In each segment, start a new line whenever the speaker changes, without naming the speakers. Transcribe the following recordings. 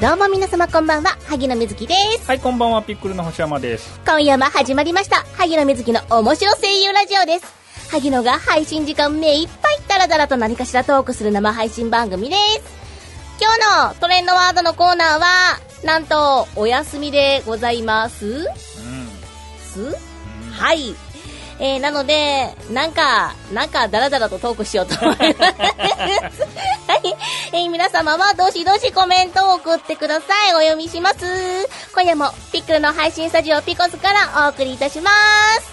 どうも皆様こんばんは、萩野瑞希です。
はい、こんばんは、ピックルの星山です。
今夜も始まりました、萩野瑞希の面白声優ラジオです。萩野が配信時間目いっぱいダラダラと何かしらトークする生配信番組です。今日のトレンドワードのコーナーは、なんと、お休みでございます。
うん。
すはい。えー、なので、なんか、なんか、だらだらとトークしようと思います。 はい。えー皆様は、どしどしコメントを送ってください。お読みします。今夜も、ピックルの配信スタジオピコスからお送りいたします。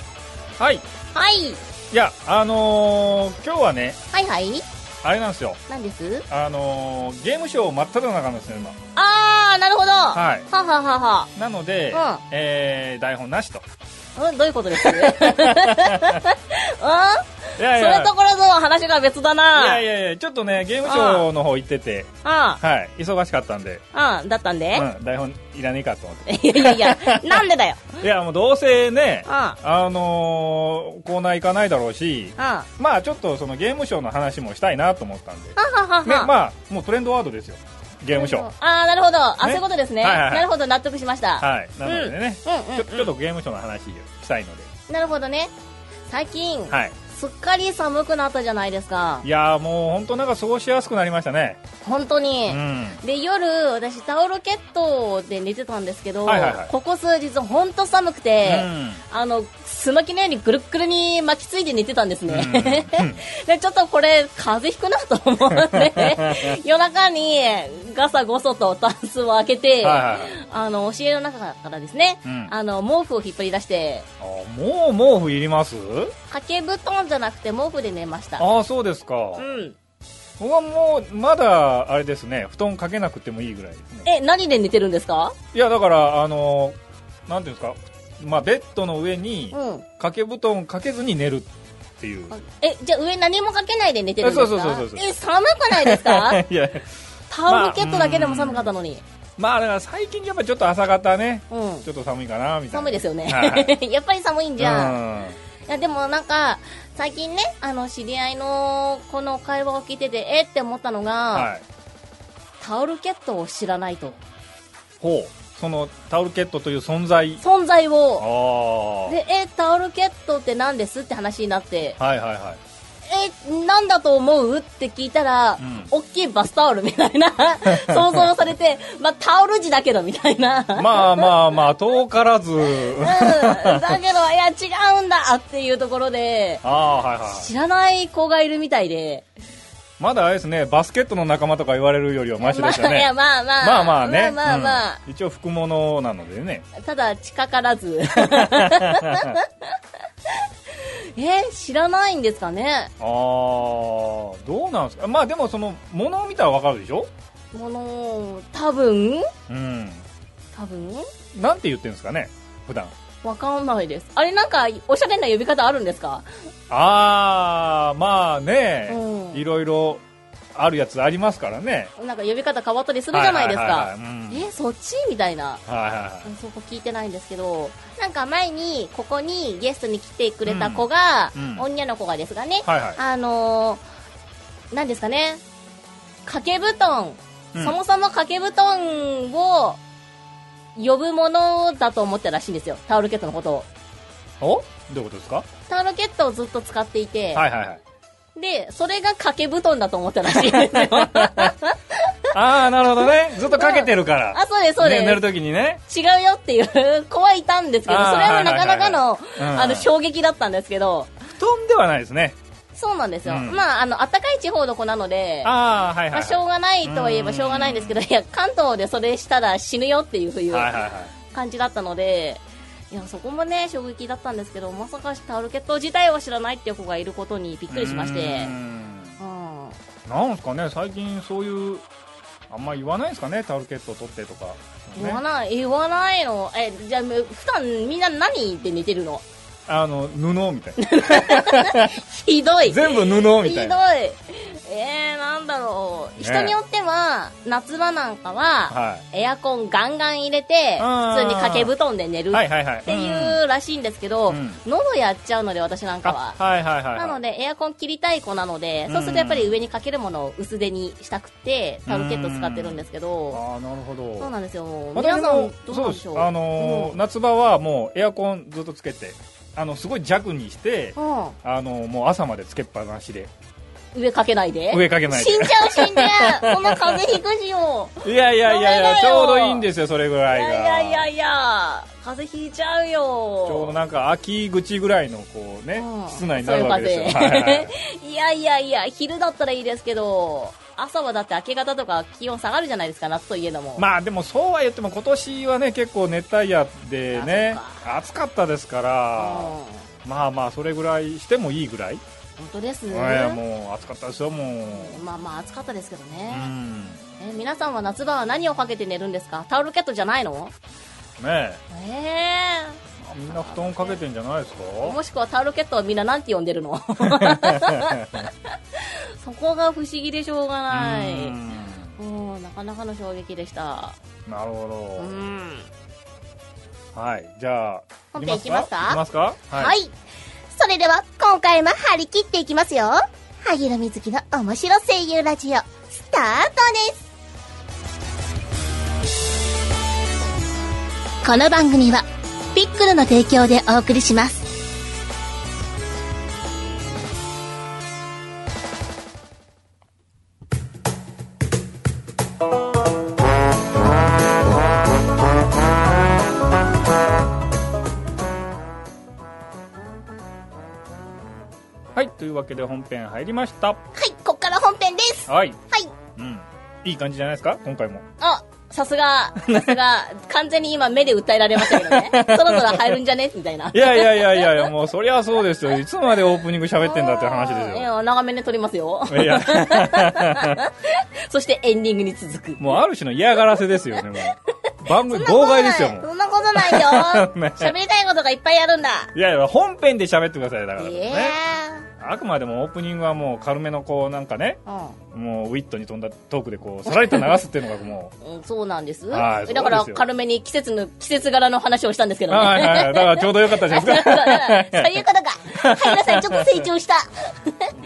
はい。い
はい。
や、あのー、今日はね、
はいはい。
あれなんですよ。
なんです
あのー、ゲームショー真っ只中なんですよ、今。
あー、なるほど。は
はい。
ははは
なので、
うん
えー、台本なしと。
は。うん、どういうことです うん
いや
それとこれとは話が別だ
い
な。
やいやいや、ちょっとね、ゲームショーの方行ってて、はい、忙しかったんで、
うん、うん、だったんで。
うん、台本いらねえかと思っ
いやいやいや、なんでだよ。
て。いや、もうどうせね、
あ
あのー、コーナー行かないだろうし、
あ、
まあちょっとそのゲームショーの話もしたいなと思ったんで、ね、
あははは。あ、
まあもうトレンドワードですよ、ゲームショー。
ああ、なるほど。あ、そ
ね
ういうことですね。
はいはいはい
なるほど、納得しました。
はい、なのでね、
うんうん
ちょちょっとゲームショーの話をしたいので、
なるほどね。最近、
はい、
すっかり寒くなったじゃないですか
い。やーもう本当なんか過ごしやすくなりましたね、
本当
う
に。
ん、
で、夜、私、タオルケットで寝てたんですけど、
はいはいはい
ここ数日、本当寒くて、あの、すまきのようにぐるっぐるに巻きついて寝てたんですね。
うんうん
でちょっとこれ風邪ひくなと思って 夜中にガサゴソとタンスを開けて、
はいはいはい
あのお尻の中からですね、
うん
あの毛布を引っ張り出して
あーもう毛布いります
掛け布団じゃなくて毛布で寝ました
ああそうですか、
うん
僕はもうまだあれですね布団かけなくてもいいぐらいですね
え何で寝てるんですか
いやだからあのーなんていうんですかまあベッドの上に
うん
掛け布団かけずに寝るっていう、
えじゃあ上何もかけないで寝てるんですか
そうそうそうそうそう
え寒くない ですか
いや
タオルケットだけでも寒かったのに、
まあだから最近やっぱちょっと朝方ね
うん
ちょっと寒いかなみたいな
寒いですよね、
はい
やっぱり寒い んじゃん
うん
いやでもなんか最近ねあの知り合いのこの会話を聞いててえって思ったのが、
はい
タオルケットを知らないと
ほうそのタオルケットという存在
存在
あ
を
あはい
でえタオルケットって何ですって話になって
はいはい
えなんだと思うって聞いたら、
うん
大きいバスタオルみたいな 想像されてまあタオル地だけどみたいな
まあまあまあ遠から ず
うんだけどいや違うんだっていうところで
ああはいはい
知らない子がいるみたいで
まだあれですねバスケットの仲間とか言われるよりはマシでした
まあいや
ね
まあまあ
まあまあね
まあまあまあ、
うん一応服物なのでね
ただ近からず え知らないんですかね
ああどうなんですかまあでもその物を見たらわかるでしょ
もの多分
うん
多分
なんて言ってるんですかね普段
わかんないですあれなんかおしゃれな呼び方あるんですか
ああまあね、
うん
いろいろあるやつありますからね
なんか呼び方変わったりするじゃないです
は
か
いはいはいはいうん
えそっちみたいな
はいはいはい
そこ聞いてないんですけどなんか前にここにゲストに来てくれた子が、
うんうん
女の子がですがね、
はいはい
あのー、なんですかね、掛け布団、
うん
そもそも掛け布団を呼ぶものだと思ったらしいんですよ、タオルケットのことを。
おどういうことですか
タオルケットをずっと使っていて、
はいはいはい
で、それが掛け布団だと思ったらしいんですよ。
ああなるほどねずっとかけてるから、
あ、そうです、そうです。
ね、寝るときにね
違うよっていう子はいたんですけど、
あー
それはなかなかの
はい、はいはいうん
あの、衝撃だったんですけど、
布団ではないですね
そうなんですよ。
うん
まあ、あの、暖かい地方の子なので、
ああはい
ま
は
あ、
い
しょう
は
がないとはいえばしょうがないんですけど、いや、関東でそれしたら死ぬよっていう
いはいはいはい
感じだったので、いや、そこもね、衝撃だったんですけど、まさかタオルケット自体を知らないっていう子がいることにびっくりしまし
う
て
ー、ん
うん。
なんですかね最近そういうあんま言わないですかねタオルケット取ってとか、ね、
言わない、言わないの。え、じゃあ、む普段みんな何で寝てるの
あの 布みたいな
ひどい。
全部布みた
ひど。
いない
えー、ななんだろう、
ね
人によっては夏場なんかは、
は
エアコンガンガン入れて
あ
普
ー
通に掛け布団で寝る
い、はいはいはい
っていうらしいんですけど、
うん
喉やっちゃうので私なんかは
あはいはいはいはい
なのでエアコン切りたい子なので、
うん
そうするとやっぱり上にかけるものを薄手にしたくてタオルケット使ってるんですけど、
ああなるほど
そうなんですよ皆さん
私も
どう
そ
な
うんで
ですしょう
あのー夏場はもうエアコンずっとつけてあのすごい弱にして
うんうん
あのーもう朝までつけっぱなしで
上かけないで
上かけない
死んじゃう死んじゃうこんな風邪ひくしよ
でいやいやいやい
ダメだよ
やちょうどいいんですよそれぐ
い
らいが
やいやいやいや風邪ひいちゃうよ
ちょうどなんか秋口ぐらいのこうね
うん
室内になるわけですよ
そういう風
はいはい
いやいやいや昼だったらいいですけど朝はだって明け方とか気温下がるじゃないですか夏といえども、
まあでもそうは言っても今年はね結構熱帯夜でね
あそ
暑かったですか
うん
らまあまあそれぐらいしてもいいぐらい
本当です、
ええもう暑かったですよもう
まあまあ暑かったですけど
う
ね、
ん
え皆さんは夏場は何をかけて寝るんですかタオルケットじゃないの
ねえ
え
みんな布団かけてんじゃないですか
えもしくはタオルケットはみんななんて呼んでる のそこが不思議でしょうがな
う
い
ん
うんなかなかの衝撃でした
なる
う
ほ
ん
どはいじゃあ
本編いきますか
いきますか
はい、それでは今回も張り切っていきますよ萩野瑞希の面白声優ラジオスタートですこの番組はピックルの提供でお送りします
はいというわけで本編入りました
はいこっから本編です
はい
はい
うんいい感じじゃないですか今回も
あさすが、さす が、完全に今目で訴えられましたけどね。そろそろ入るんじゃねみたいな。
いやいやいやいやいやもうそりゃそうですよいつまでオープニング喋ってんだって話です
い
よ
や、長めで撮りますよ。
いや
そしてエンディングに続く。
もうある種の嫌がらせですよね、もう。番組、妨害ですよ、もう。
そんなことないよ
ね
喋りたいことがいっぱいあるんだ
いやいや、本編で喋ってください、だから、
え
ね
え
あくまでもオープニングはもう軽めのこう、なんかね、
う
もうウィットに飛んだトークでこう、さらりと流すっていうのがも
んうん、そうなんです
はいそうです
だ
よ
から軽めに季節の季節柄の話をしたんですけ
う、
どね
はいはいはい、だからちょうどよかったじゃないで
だ
す
か
か。
らそういうことかはい皆さんちょっと成長した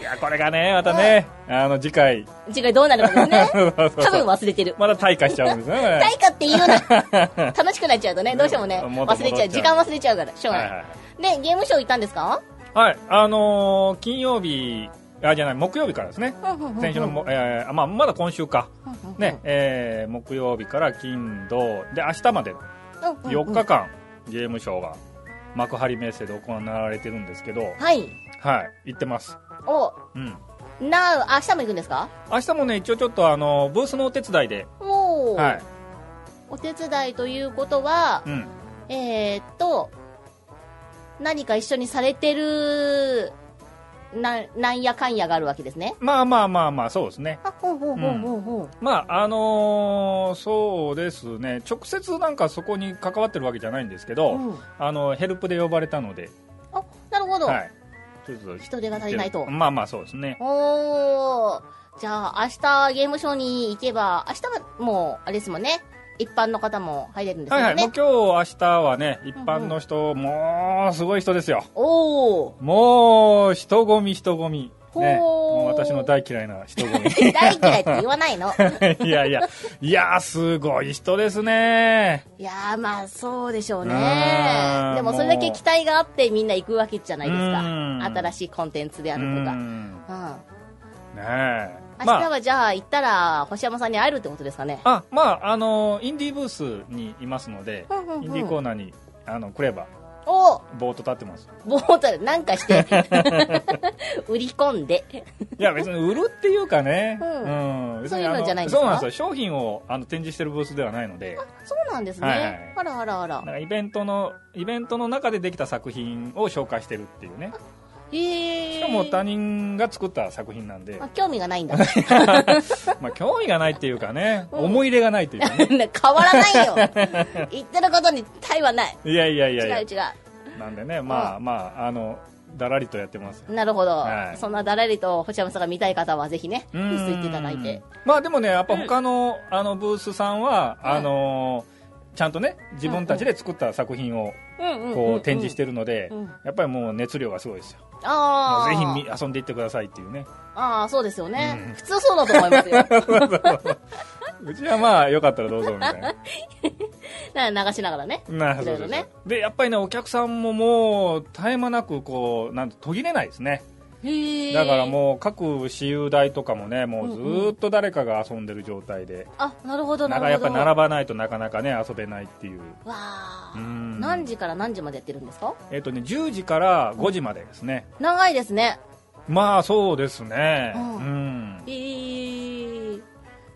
いや、これがね、またね、あの、次回、
次回どうなるかですね
そうそうそう
多分忘れてる
まだ退化しちゃうんです ね、これ
大化って言うな 楽しくなっちゃうとねどうしてもね
もっと
忘
戻
れ
っ
ち
ち
ゃ
ゃ
う
う
時間忘れちゃうからしょうが
は
ないい、
はい。
でゲームショー行ったんですか
はい、あのー金曜日、あ、じゃない、木曜日からですね。先週のも、えー、まあ、まだ今週か。ね、えー木曜日から金、土、で、明日まで4
間
日間ゲームショーが幕張メッセで行われてるんですけど、
はい
はい、行ってます。
お
うん。
なあ明日も行くんですか
明日もね、一応ちょっとあの、ブースのお手伝いで、
おお、
はい、
お手伝いということは、
うん。
えー、っと、何か一緒にされてる、な、なんやかんやがあるわけですね。
まあまあまあまあ、そうですね。
あ、ほうほうほうほうほう。
まあ、あのーそうですね、直接なんかそこに関わってるわけじゃないんですけど、
うん
あの、ヘルプで呼ばれたので、
あ、なるほど。
はい。ちょっと
人手が足りないと
まあまあ、そうですね。
おー。じゃあ、明日ゲームショーに行けば、明日はもう、あれですもんね。一般の方も入れるんです
はい
よ
は
ね。
い、もう今日、明日はね、一般の人、もう、すごい人ですよ。
おー。
もう、人混み、人混み。
ほう
ね、もう私の大嫌いな人混
大嫌いって言わない の。
み。いやいや、いやー、すごい人ですね。
いやー、まあ、そうでしょう
う
ね
ー。ん
でも、それだけ期待があって、みんな行くわけじゃないですか。
うーん
新しいコンテンツであ
う
るとか。
ん。
うん。
ねえ。
明日
まあ、
はじゃあ行ったら星山さんに会えるってことですかね、
あ、まあ、あの、インディーブースにいますので、
うんうんうん
インディーコーナーに、あの、来れば、
お
ボート立ってます。
ボートでなんか して売り込んで
いや、別に売るっていうかね。
う
うん。別
そ
に
ういうの
あ
じゃないんですか
そうなんですよ。商品をあの展示してるブースではないので、
そうなんですね、
はいはい
あらあらあ
なん
ら
かイベントの、イベントの中でできた作品を紹介してるっていうね。
へえ
しかも他人が作った作品なんで、
あ興味がない んだ
まあ、興味がないっていうかね、
うん
思い入れがない っていうかね。
変わらないよ 言ってることに対はない
いやいやい
違う
やい
違う
や、なんでね、まあまあ、あの、だらりとやってますよ
なるほど、
はい
そんなだらりと星山さんが見たい方はぜひね、
うん
ブース行っていただいて。。
まあでもねやっぱ他の、あのブースさんは、あのーちゃんとね自分たちで作った作品をこう展示しててるので、
うん
やっぱりもう熱量がすごいですよも
ああ。
うぜひみ遊んでいってくださいっていうね
ああ、そうですよね、
うん
普通そうだと思いますよ。
うちはまあよかったらどうぞみた いな
な流しながらね。
なるほ
いろい
ど
ろ
ね
ね、
でやっぱりねお客さんももう絶え間なくこうなんと途切れないですね
へ
だからもう各私有台とかもねもうずーっと誰かが遊んでる状態で、
あ、なるほど、な
な
る
ん
ほ
か
ど。
やっぱり並ばないとなかなかね遊べないっていう
わあ、
うん
何時から何時までやってるんですか
えっ、とね10時から5時までですね、
長いですね。
まあそうですねう、
うんんえー、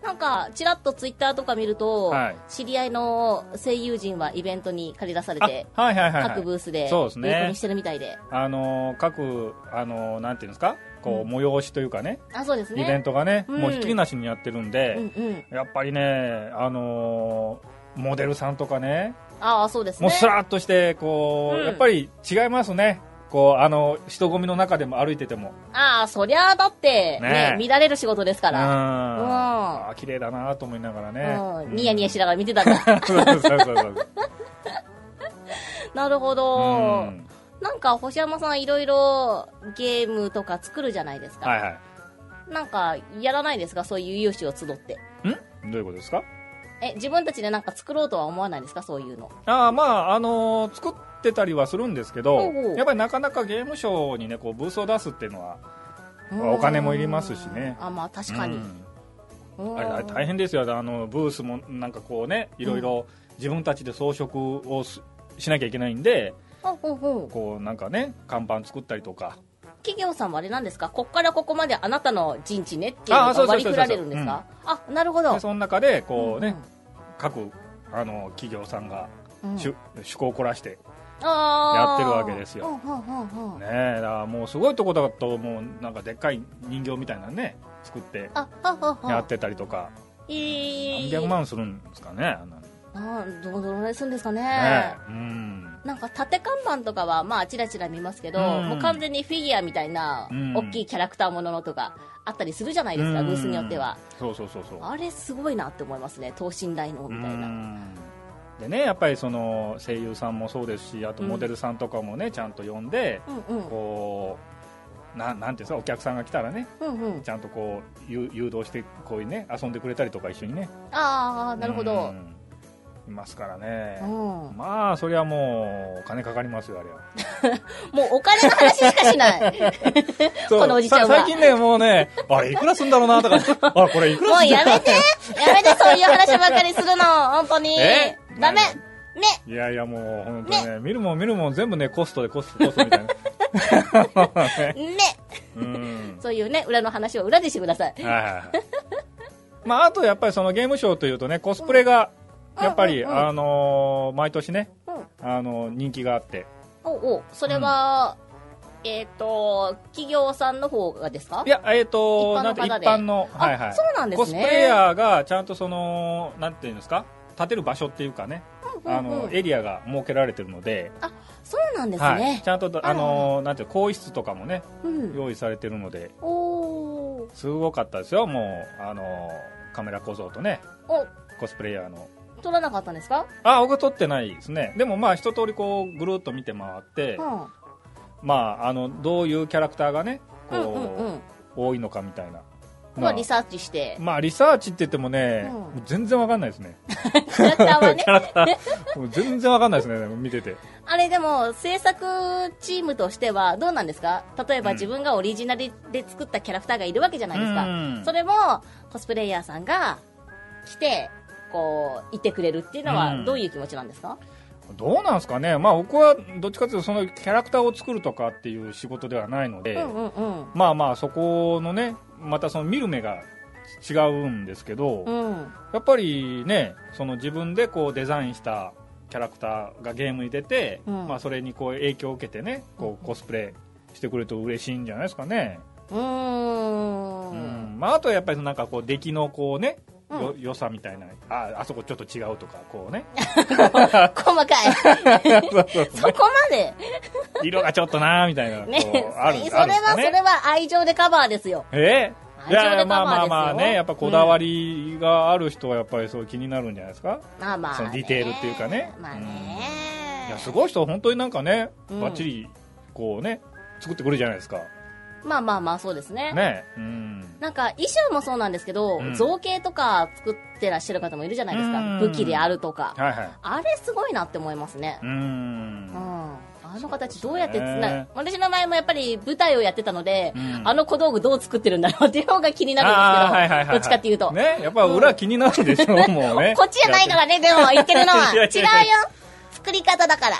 なんか、ちらっとツイッターとか見ると、
はい
知り合いの声優陣はイベントに借り出され
あ
て、
はいはいはい、
各
はい
ブースで、
そうですね
売り込みしてるみたいで。
あのー各あのーなんていうんですかこう
うん
催しというかね、
あ、そうですね。
イベントがね、
うん
もうひっきりなしにやってるんで、
うんうん。
やっぱりね、あのーモデルさんとかね、
ああ、そうですね。
もうスラーっとして、こう、
うん
やっぱり違いますね。こう、あの、人混みの中でも歩いてても。
ああ、そりゃあだって、
ね
ね、見られる仕事ですか
うん。
ら。うん
あー綺麗だなと思いながらね。
うん、ニヤニヤしな
な
がら見てたん だ。
がら。そうそうそう そう。
なるほ
う
ど。
ん
なんか、星山さんいろいろゲームとか作るじゃないですか。
はいはい。
なんか、やらないですかそういう有志を集って。
んどういうことですか
え、自分たちでなんか作ろうとは思わないですかそういうの。
あーまあ、あのー作ってたりはするんですけど、
ほうほう
やっぱりなかなかゲームショーにね、こう、ブースを出すっていうのは、
うん
お金もいりますしね
あ、まあ確かに
う。ん
うん
あれあれ大変ですよあのブースもなんかこうねいろいろ自分たちで装飾をすしなきゃいけないんで
ほうほうほう
こうなんかね看板作ったりとか
企業さんもあれなんですかこっからここまであなたの陣地ねっていうの
あそう
が
そ
割
うそ
り
うそう
振られるんですかあ、なるほど
で。その中でこうね、
うんうん
各あの企業さんが
うん
しゅ趣向を凝らしてね
あー
やってるわけですよ
うんうんうんうん
だからもうすごいとこだともうなんかでっかい人形みたいなのね作って
あ、ははは。
やってたりとか
えー、
何百万するんですかねあんなのね
あーどどのぐらいするんですかね
うん
なんか縦看板とかはまあちらちら見ますけど、
うん
もう完全にフィギュアみたいな
うん
大きいキャラクターもののとかあったりするじゃないですか、
うん
ブースによっては
そうそうそうそう
あれすごいなって思いますね等身大のみたいな、
うんでねやっぱりその声優さんもそうですしあとモデルさんとかもね、ちゃんと呼んで
うんうん
こうななんていうんですかお客さんが来たらね
うんうん
ちゃんとこう誘誘導してこういうね遊んでくれたりとか一緒にね
ああなるほ
う
ど
んいますからね
うん、も
まあそりゃもうお金かかりますよあれは
うお金の話しかし ない このおじちゃんは
さ最近ねもうねあれいくらすんだろうなとかあこれいく
も
らす
うん
だ
や
ろ
めてやめてそういう話ばかりする の本当に
え
ダメ
何
ね
いやいやもう本当ねね見るもん見るもん全部ねコストでコストコスト みたいな
ね
うん
そういうね裏の話を裏でしてください
はいはいはいまあ、あとやっぱりそのゲームショーというとねコスプレが
うん
やっぱり、
うんうんうん
あのー毎年ね、
うん
あのー人気があって
おおそれは、えっ、と企業さんの方がですか
いやえっ、と
一般の
なんて一
方で
般の
あ、
はいはい
そうなんですね
コスプレイヤーがちゃんとそのなんていうんですか立てる場所っていうかね、
うんうん
あのエリアが設けられてるので
そうなんです
はい、
ね、
ちゃんとあのーなんていう更衣室とかもね
うん
用意されてるので
おお
すごかったですよもうあのーカメラ小僧とね
お
コスプレイヤーの
取らなかったんですか
あ僕撮ってないですねでもまあ一通りこうぐるっと見て回って、
うん
まああのどういうキャラクターがねこ
う
う、
んうんうん
多いのかみたいな
まあリサーチ して
まあリサーチって言ってもね、
うん
もう全然わかんないですね
キャラクターはね
キャラクターもう全然わかんないですね見てて
あれでも制作チームとしてはどうなんですか例えば
うん
自分がオリジナルで作ったキャラクターがいるわけじゃないですか、
うん
それもコスプレイヤーさんが来てこういてくれるっていうの
う
は
ん
どういう気持ちなんですか、
どうなんですかねまあ僕はどっちかというとそのキャラクターを作るとかっていう仕事ではないので、
うんうんうん
まあまあそこのねまたその見る目が違うんですけど、
うん
やっぱりねその自分でこうデザインしたキャラクターがゲームに出て、
うん
まあ、それにこう影響を受けてねこうコスプレしてくれると嬉しいんじゃないですかね、
うー
うん
ん
まあ、あとはやっぱりなんかこう出来のこうね
うん
よ良さみたいなああそこちょっと違うとかこうね
細かい。
そうそう
そこまで。
色がちょっとなーみたいな
ね。
こうあ
そ
るある
れ
んです
は、
か
そ
ね
れは愛情でカバーですよ。
え
愛情
いやい
で
や
カバー
まあまあまあ
ですよ
ねやっぱこだわりがある人はやっぱりそう気になるんじゃないですか、
まあまあ、ね。
そのディテールっていうかね
まあね。
いやすごい人は本当になんかね
うん
バッチリこうね作ってくるじゃないですか
まあまあまあ、そうですね。
ねうん
なんか、衣装もそうなんですけど、
うん
造形とか作ってらっしゃる方もいるじゃないですか。
うん
武器であるとか。
はいはい
あれすごいなって思いますね
う。
うんん。あの形どうやってつな、
そうですね
私の前もやっぱり舞台をやってたので、
うん
あの小道具どう作ってるんだろうっていう方が気になる
あーはいは
んですけど、ど
いはいはい
っちかっていうと。
ねやっぱ裏気になるでしょ、もうね
こっちじゃないからね、でも言ってるのは。
い や
違う
いやいや
よ。作り方だから。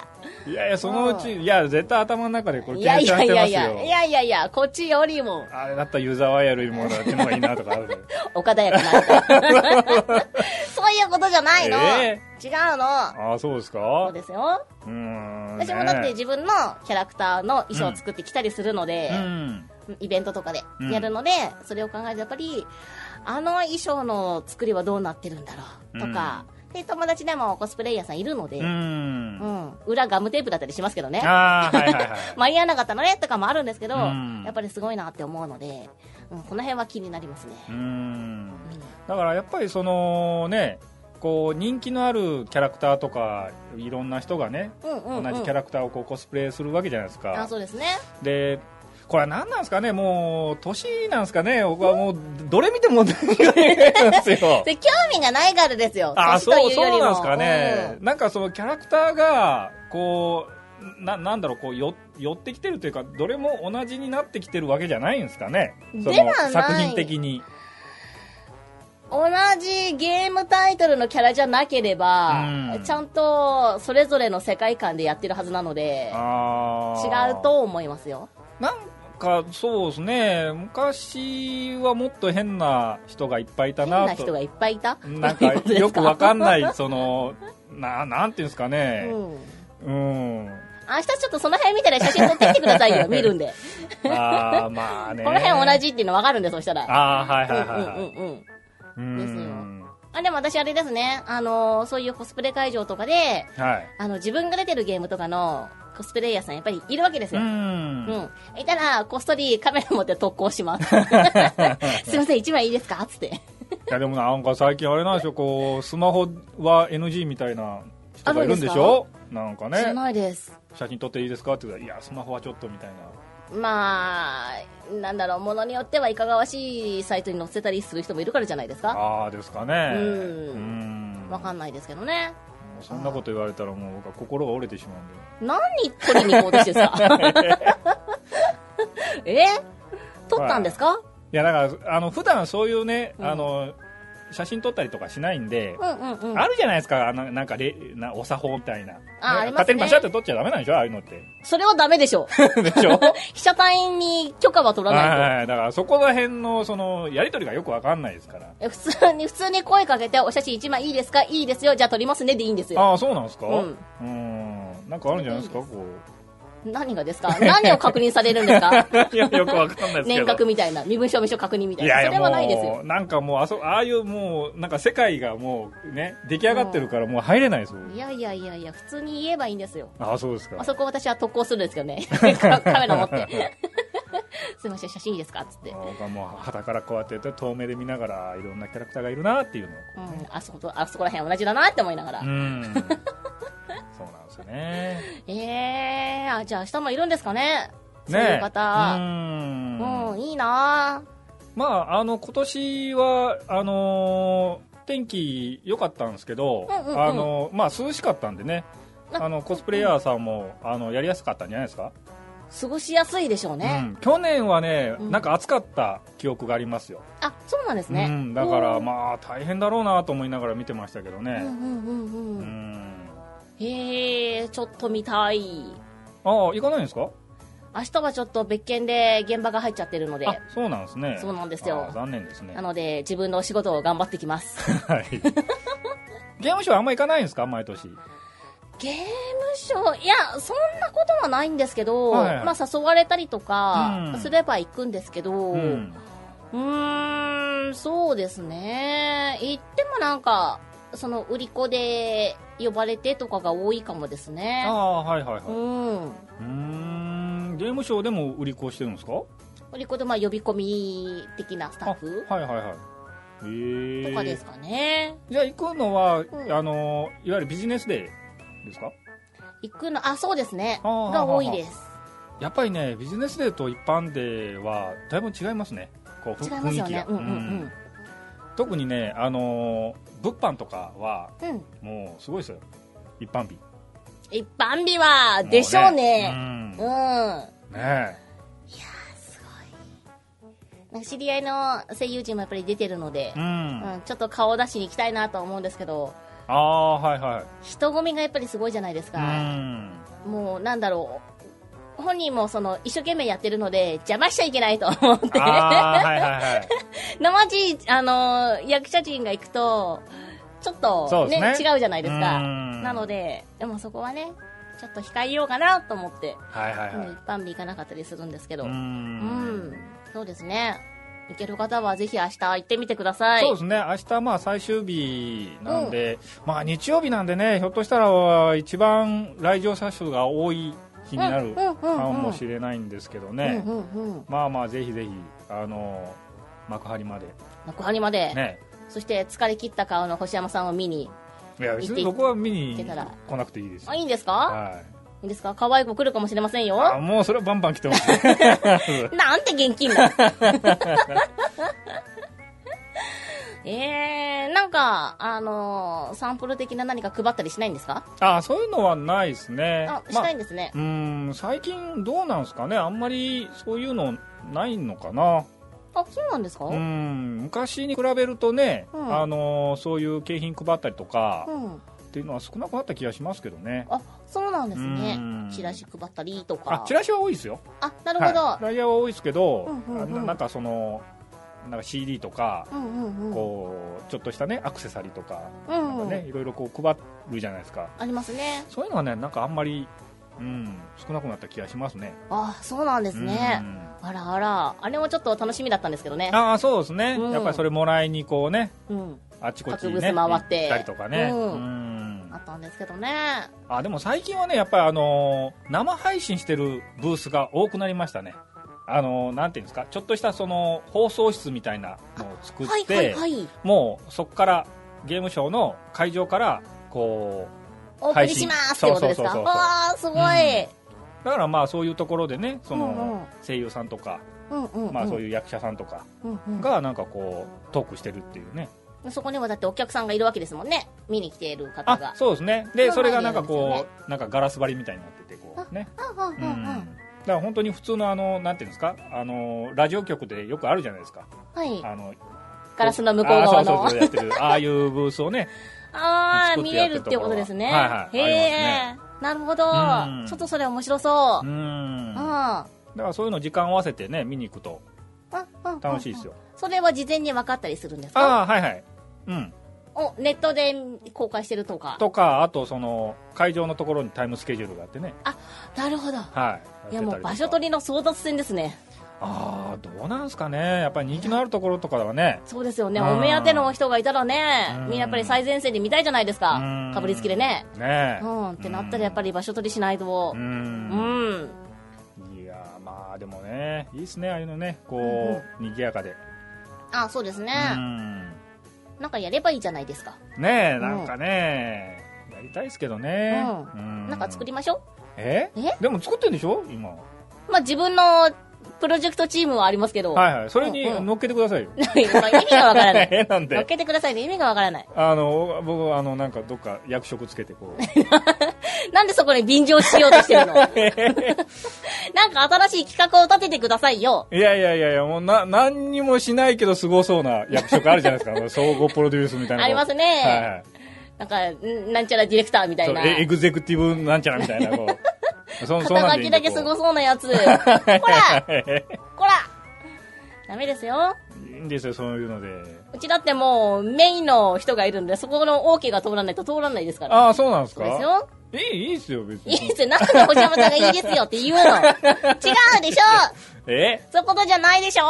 いやいやそのうちいや絶対頭の中でこれ
い
気にな
や
っ
い
ちゃっ
やい
て
や
ます
いや、い
よ
やいやいや、こっちよりも、
あれだったらユーザーワイヤルよりもだってのがいいなとかあるから
岡田やかな。そういうことじゃないの。
え
違うの。
ああそうです
そ
か
うですよ。
うーん
私もだって
ね
自分のキャラクターの衣装を作ってきたりするので
う、ん
イベントとかで
うん
やるので、それを考えるとやっぱり、あの衣装の作りはどうなってるんだろうとか、で、友達でもコスプレイヤーさんいるので、
う
うん裏ガムテープだったりしますけどね。
ああはいはいはい
間に合わなかったのねとかもあるんですけど、
うん
やっぱりすごいなって思うので、うん、この辺は気になりますね。
うーんだからやっぱりそのねこう人気のあるキャラクターとかいろんな人がね
うんうん
同
うん、
じキャラクターをこうコスプレするわけじゃないです
あ
か、
そうですね。
でこれは何なんですかねもう年なんですかね僕はもうどれ見てもなんです よ
で興味がないからですよ。
あ
年と
そう
いう
そ
より
う
も
なんですかね、なんかそのキャラクターがこうななんだろうこうよ寄ってきてるというかどれも同じになってきてるわけじゃないんですかねその
ではない
作品的に
うん同じゲームタイトルのキャラじゃなければ、
うん
ちゃんとそれぞれの世界観でやってるはずなので、
あ
違
ー
うと思いますよ。
なんかそうですね昔はもっと変な人がいっぱいいた
変
な
な
と
人がいっぱいいた
なんかよくわかん
い。
ないそのななんていうんですか
う
ね
ん
うん、
明日ちょっとその辺見たら写真撮ってきてください よ、見るんで。
ああまあね
この辺同じっていうの分かるんで、そしたら。
ああはいはいはいはい、
うんうんうんうん。
うん
ですよあ、でも私あれですね、あのーそういうコスプレ会場とかで、
はい
あの、自分が出てるゲームとかのコスプレイヤーさんやっぱりいるわけです
う
よ。
ん、
うん。いたら、こっそりカメラ持って特攻し ます。すいません、一枚いいですかつって。
いやでもなんか最近あれなんでしょこうスマホは NG みたいな人がいるんでしょなんか
知ら
ね
ないです。
写真撮っていいですかって言うからいやスマホはちょっとみたいな
まあ、なんだろう、ものによってはいかがわしいサイトに載せたりする人もいるからじゃないですか。
ああですかね
うん
うん
わかんないですけどね。
もうそんなこと言われたらもう僕は心が折れてしまうんで
何取りに行こうとしてんすか え取ったんですか
いやだからあの普段そういうね、
うん
あの写真撮ったりとかしないんで、
うんうんうん。
あるじゃないですかあのなんかれなお作法みたいな、
あありますね
勝手にパシャって撮っちゃダメなんでしょああいうのって
それはダメでしょ。
でしょ
被写体に許可は取ら
はい
ない
はいだからそこら辺のそのやり取りがよくわかんないですから
と。え普通に、普通に声かけて、お写真1枚いいですかいいですよ。じゃあ撮りますねでいいんですよ。
ああそうなんですか
うん
うんなんかあるんじゃないですかこ
何がですか何を確認されるんです か
ういやよくわかんない ですけど
年額みたいな。身分証明書確認みたい
い
な。
やいや
それはないです
も
よ。
うなんかもうあそああいうもうなんか世界がもうね出来上がってるからもう入れないですよ
いやいやいやいや、普通に言えばいいんですよ。
ああそうですか
あそこ私は特攻するんですけど ね。カカメラ持って。 すいません、写真いいですかつって。
僕はもう肌からこうやってやって遠目で見ながらいろんなキャラクターがいるなっていうのを
うん、あそこと、あそこら辺同じだなって思いながら。
うんそうなんですよね
えー、あ、じゃあ明日もいるんですかね そう
ね
い
え
う方。
うん
うん、いいな
まああの今年はあのー天気良かったんですけど、
うんうんうん
あのまあ涼しかったんでね
あ
あのコスプレイヤーさんも、あのやりやすかったんじゃないですか、
ぁ過ごしやすいでしょうね。
うん、去年はね、
うん
なんか暑かった記憶がありますよ、
あ、そうなんですね。
うん、だから
うん
まあ大変だろうなと思いながら見てましたけど
うん
ね、
うんうん
う
うん。
ん、
へえ、ちょっと見たい。
ああ行かないんですか
明日はちょっと別件で現場が入っちゃってるので、
あそうなんですね
そうなんですよ
ああ残念ですね
なので自分のお仕事を頑張ってきます。
はい ゲームショーあんま行かないんですか毎年
ゲームショー、いや、そんなことはないんですけど、
はい
まあ誘われたりとか
う、ん
すれば行くんですけど、
うん
うーん、そうですね。言ってもなんか、その、売り子で呼ばれてとかが多いかもですね。
ああはいはいはい
うん。
うんゲームショーでも売り子をしてるんですか
売り子とまあ呼び込み的なスタッフ
あはいはいはいえー、
とかですかね。
じゃあ行くのは、
ん
あのいわゆるビジネスデーですか
行くの、あ、そうですね。
あー
が多いです。
やっぱりねビジネスデーと一般デーはだいぶ違いますねこうふ
違います
雰囲
よ
気が
ね。、うんうん
特にねあのー物販とかは
うん。うん。
もうすごいですよ一般日
一般日は、でしょうね。うん。
もうね
いや
うんね
ー、すごい。なんか知り合いの声優陣もやっぱり出てるので
えう、ん
う
あ
ん、ちょっと顔を出しに行きたいなとは思うんですけど、
あーはいはい
人混みがやっぱりすごいじゃないですか。
うん
もう、なんだろう。本人もその、一生懸命やってるので、邪魔しちゃいけないと思 って。
ああーはいはいはい
生地、あのー役者陣が行くと、ちょっ
そ
と
う
ね
ですね
違うじゃない ですか。
うん
なので、でもそこはね、ちょっと控えようかなと思って、
はいはいは
うん
い
一般日行かなかったりするんですけど、
う
うん、
ん
そうですね。行ける方はぜひ明日行ってみてください。
そうですね、明日まあ最終日なんで、まあ日曜日なんでね、ひょっとしたら一番来場者数が多い日になる
うんうんうんうん
かもしれないんですけどね、
うんうんうん。
まあまあ、ぜひぜひ、あの幕張まで、
幕張まで、
ね、
そして疲れ切った顔の星山さんを見 に。
いや、別に
行って
僕は見に
行ってたら
来なくていいです
あ、
よ。
いいんですか
はい
いいんですか可愛い子来るかもしれませんよ。
あもうそれはバンバン来てます
なんて現金だ。えー、なんか、あのーサンプル的な何か配ったりしないんですか
あそういうのはないですね
あ、し
まあ
ないんですね。
うーん最近どうなんですかねあんまりそういうのないのかな
あ、そうなんですか
う
う
ー
ん。
ん昔に比べるとね、
うん
あのーそういう景品配ったりとかっていうのは少なくなった気がしますけどね
あ、そうなんです
う
ね
ん。
チラシ配ったりと
あ
か。
チラシは多いですよ
あ、なるほど。
はい、チラシは多いですけど、
うんうんうん
あななんかそのなんか CD とか、
うんうんうん。
こうちょっとしたねアクセサリーとか,、
うん
なんかねいろいろこう配るじゃないですか
ありますね。
そういうのはねなんかあんまり、うん、少なくなった気がしますね
あ、そうなんです
う
ね。
ん
あらあら、あれもちょっと楽しみだったんですけどね。
ああそうですね、
うん
やっぱりそれもらいにこうね
うん。
あちこち
各ブ
ね
ース回って
行ったりとかね、
う
うんん、
あったんですけどね。
あでも最近はねやっぱりあのー生配信してるブースが多くなりましたねあのーなんていうんですかちょっとしたその放送室みたいなのを作
はい
っ
はい
て
はい。
もうそこからゲームショーの会場からこ
お送りしますってことですか
そうそうそうそう
わー、すごい。
うだからまあそういうところでねそ
うんうん
の声優さんとか、
うんうんうん。
まあ、そういう役者さんとか
うんうん
がなんかこうトークしてるっていうね
そこにはだってお客さんがいるわけですもんね見に来ている方が
あそうですね
まあま
で
あ
それがなんか
いいです
こ
よ
うなんかガラス張りみたいになっててこうね
あはあは
うんだから本当に普通のあのなんていうんですかあのラジオ局でよくあるじゃないですか
あはい
あの
ガラスの向こう側の
あーそうそうそうやって るああいうブースをね
ああ
作っ
見
て
え
やっ
る
て
っ
るところは
ていうことですね
はいはい
へ
あ
えなるほど
うん
ちょっとそれ面白そうう
ーん
うん
だか
あ
らそういうの時間を合わせてね見に行くと楽しいです
よ
よ
それは事前に分かったりするんですか
ああはいはいうん
おネットで公開してるとか
とかあとその会場のところにタイムスケジュールがあってね
なるほど
はい
いやもう場所
り
取りの争奪戦ですね
ああどうなんですかねやっぱり人気のあるところとかはね
そうですよね
うん
お目当ての人がいたらね
うん
みんなやっぱり最前線で見たいじゃないですか
うん
かぶりつきでね
ねえ
うんってなったらやっぱり場所取りしないと
う
うんん
いやーまあでもねいいですねああいうのねこう、賑やかで
あそうですね、
うん
なんかやればいいじゃないですか、
ねえなんかね、やりたいですけどね、
う
うん
なんか作りましょ
え
え
でも作ってんでしょ今
うまあ自分のプロジェクトチームはありますけど、
はいはいそれに
うんうん
乗っけてくださいよ、
まあ意味がわからない
えなん
分
で
けてくださいね意味がわからない
あの僕あのなんかどっか役職つけてこう
なんでそこに便乗しようとしてる のなんか新しい企画を立ててくださいよ
いやいやいやいやもうな何にもしないけどすごそうな役職あるじゃないですかあの総合プロデュースみたいな
ありますね
はいはい
なんかんなんちゃらディレクターみた
そ
いうな
えエグゼクティブなんちゃらみたいなこ うそそん
肩
な
書
んでいい
き
んで
だけすご
こ
そうなやつこら
う
こらダメですよ
いいんですよそういうので
うちだってもうメインの人がいるんでそこの OK が通らないと通らないですから
ああそうなんです
そう
か
ですよ
いいいいですよ別
いい
に
ですよ。なんで星山さんがいいですよって言うの違うでしょ
え
そういうことじゃないでしょ
い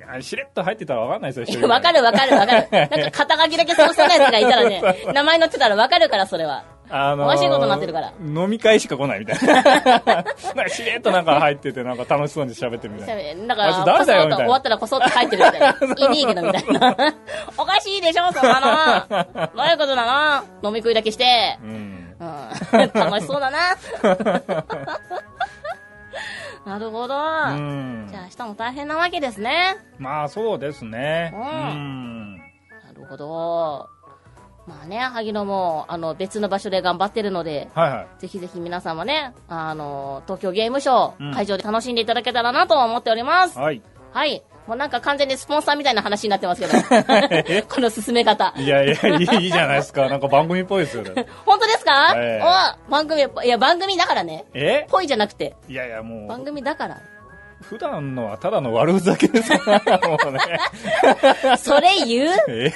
やあれしれっと入ってたらわかんないですよ一人ぐら い
わかるわかるわかる。なんか肩書きだけそうしてないやつがいたら ね、名前載ってたらわかるから、それは。
あ
おかしいことになってるから
飲み会しか来ないみたいな なんかしれっとなんか入っててなんか楽しそうに喋ってるみ たい
だか
あい
ら、
つ誰だよ
こそっと
みたいな
終わったらこそっと帰ってるみた いな。いねえけどみたいな。 おかしいでしょ、そんな の。どういうことなの飲み食いだけして。
なうん
うん楽しそうだな。なるほど。
うん
じゃあ明日も大変なわけですね。
まあそうですね
う
うんん
なるほど。まあね、萩野も、あの、別の場所で頑張ってるので、
はいはい
ぜひぜひ皆さんもね、あの、東京ゲームショ
う
ウ、
ん
会場で楽しんでいただけたらなと思っております。
はい
はい。もうなんか完全にスポンサーみたいな話になってますけど、 この進め方。
いやいやいいいいじゃないです かなんか番組っぽいですよね
本当ですか、
え
お番組、いや、番組だからね。
え
ぽいじゃなくて、
いやいやも
番
う
組だから。
普段のはただの悪ふざけですからもうね
それ言う
え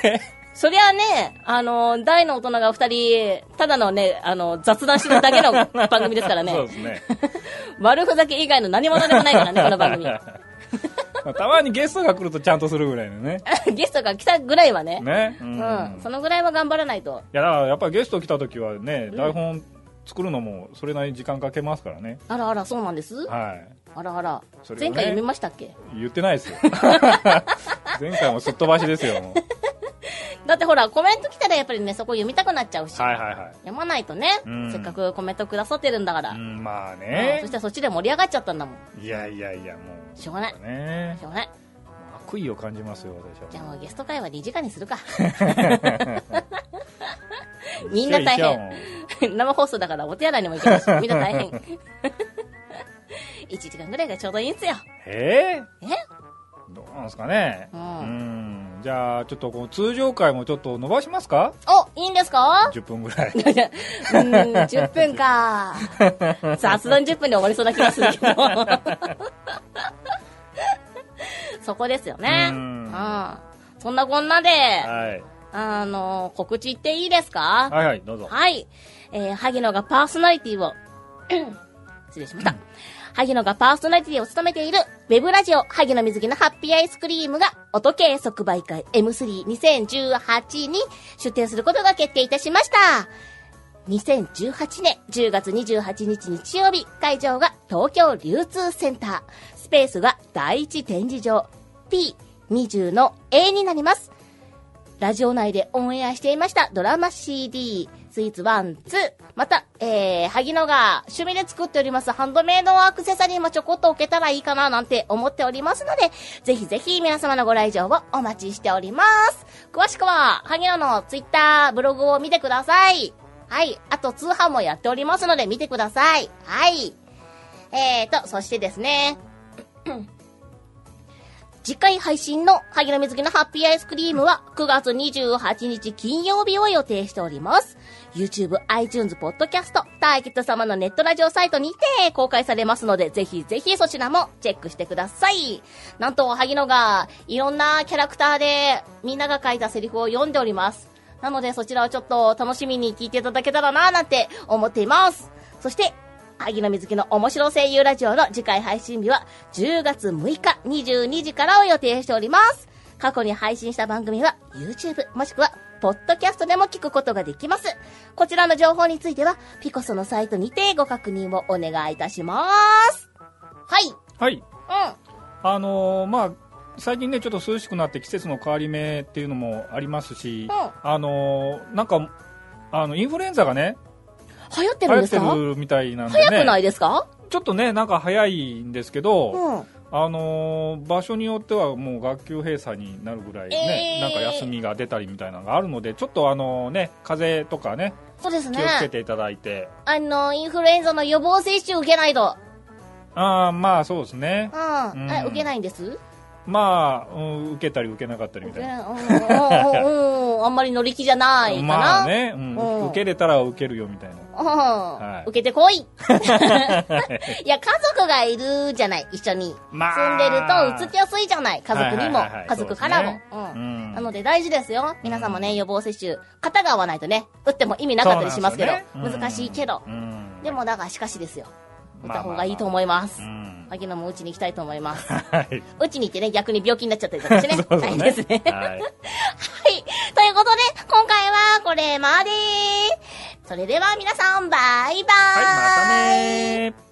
そりゃね、あの、大の大人が二人、ただのね、あの、雑談してるだけの 番組ですからね。
そうですね
悪ふざけ以外の何者でもないから ね、この番
たまにゲストが来るとちゃんとするぐらいのね
組。 ゲストが来たぐらいはね。
ねう
うんん。そのぐらいは頑張らないと。
いやだからやっぱりゲスト来た時はね、台本作るのもそれなりに時間かけますからね
あらあら、そうなんです。
はい
あらあら。
それをね
前回読みましたっけ
言ってないで すよ前回もすっ飛ばしですよもう
だってほら、コメント来たらやっぱりね、そこ読みたくなっちゃうし。
はいはいはい
読まないとね、
うん
せっかくコメントくださってるんだから。
う
うん
んまあ
そ
ね
したらそっちで盛り上がっちゃったんだもん。
いやいやいやもう
しょうがない
ね
しょうがない。
悪意を感じますよ私
じゃ
は
あもうゲスト会は2時間にするか。 みんな大
一応
変。生放送だからお手洗いに も行けないし、みんな大変。1時間ぐらいがちょうどいいんすよ。
え
え
ー、どうなんですかね
う
うんんじゃあちょっとこの通常回もちょっと伸ばしますか
お、いいんですか
10分ぐらい
うーん、10分 か。雑談10分で終わりそうな気がするけど。そこですよね。う
うんん。
そんなこんなで、
はい
あの、告知っていいですか
はいはいどうぞ
はい。えー、萩野がパーソナリティを、 失礼しました。萩野がパーソナリティを務めている、ウェブラジオ、萩野水着のハッピーアイスクリームが、音計即売会 M32018 に出展することが決定いたしました。2018年10月28日日曜日、会場が東京流通センター。スペースが第一展示場 P20 の A になります。ラジオ内でオンエアしていましたドラマ CD、スイーツ1、2、また、えー、萩野が趣味で作っておりますハンドメイドアクセサリーもちょこっと置けたらいいかななんて思っておりますので、ぜひぜひ皆様のご来場をお待ちしております。詳しくは、萩野のツイッター、ブログを見てください。はい。あと、通販もやっておりますので見てください。はい。えーと、そしてですね、次回配信の萩野水着のハッピーアイスクリームは9月28日金曜日を予定しております。YouTube、iTunes、Podcast、ターゲット様のネットラジオサイトにて公開されますので、ぜひぜひそちらもチェックしてください。なんと、萩野がいろんなキャラクターでみんなが書いたセリフを読んでおります。なのでそちらをちょっと楽しみに聞いていただけたらなぁなんて思っています。そして、萩野瑞希の面白声優ラジオの次回配信日は10月6日22時からを予定しております。過去に配信した番組は YouTube もしくはポッドキャストでも聞くことができます。こちらの情報についてはピコソのサイトにてご確認をお願いいたします。はい。
はい
うん。
あのーまあ最近ねちょっと涼しくなって季節の変わり目っていうのもありますし、
う
あのーなんかあのインフルエンザがね
流行って
流
るん
行
で
っ
す
て
か
るみたいなんでね
早くないですか
ちょっとねなんか早いんですけど、
うん。
あのー場所によってはもう学級閉鎖になるぐらい
え
ね、
ー
なんか休みが出たりみたいなのがあるのでちょっとあのね風邪とかね
そうです
気
ね
を。つけていただいて、
あの、インフルエンザの予防接種受けないと。
ああまあそうですね
うん。あ
うん
受けないんです
まあ、うん受けたり受けなかったりみたいな
うんうんうんうんあんまり乗り気じゃないかな。
まあね、うん
うん
受けれたら受けるよみたいな
うん
い
受けてこ い。いや、家族がいるじゃない、一緒に。
ま
住んでる
あ
と、移ってやすいじゃない、家族にも、
はいはいはいはい
家族からも。
そうですね
うん
うん
なので大事ですよ。皆さんもね、予防接種、肩が合わないとね、打っても意味なかったりしますけど、
そうなんですよね
難しいけど。
うん
でも、だが、しかしですよ。打っ
ま
た
あまあまあ
方がいいと思います。
うん
萩野もうちに行きたいと思います。
はい う。
ちに行ってね、逆に病気になっちゃったりとかしてね
そ
大
うそう
変
ね
です ね。はい。
はい
ということで、今回はこれまで。それでは皆さん、バイバーイ。
はいまたねー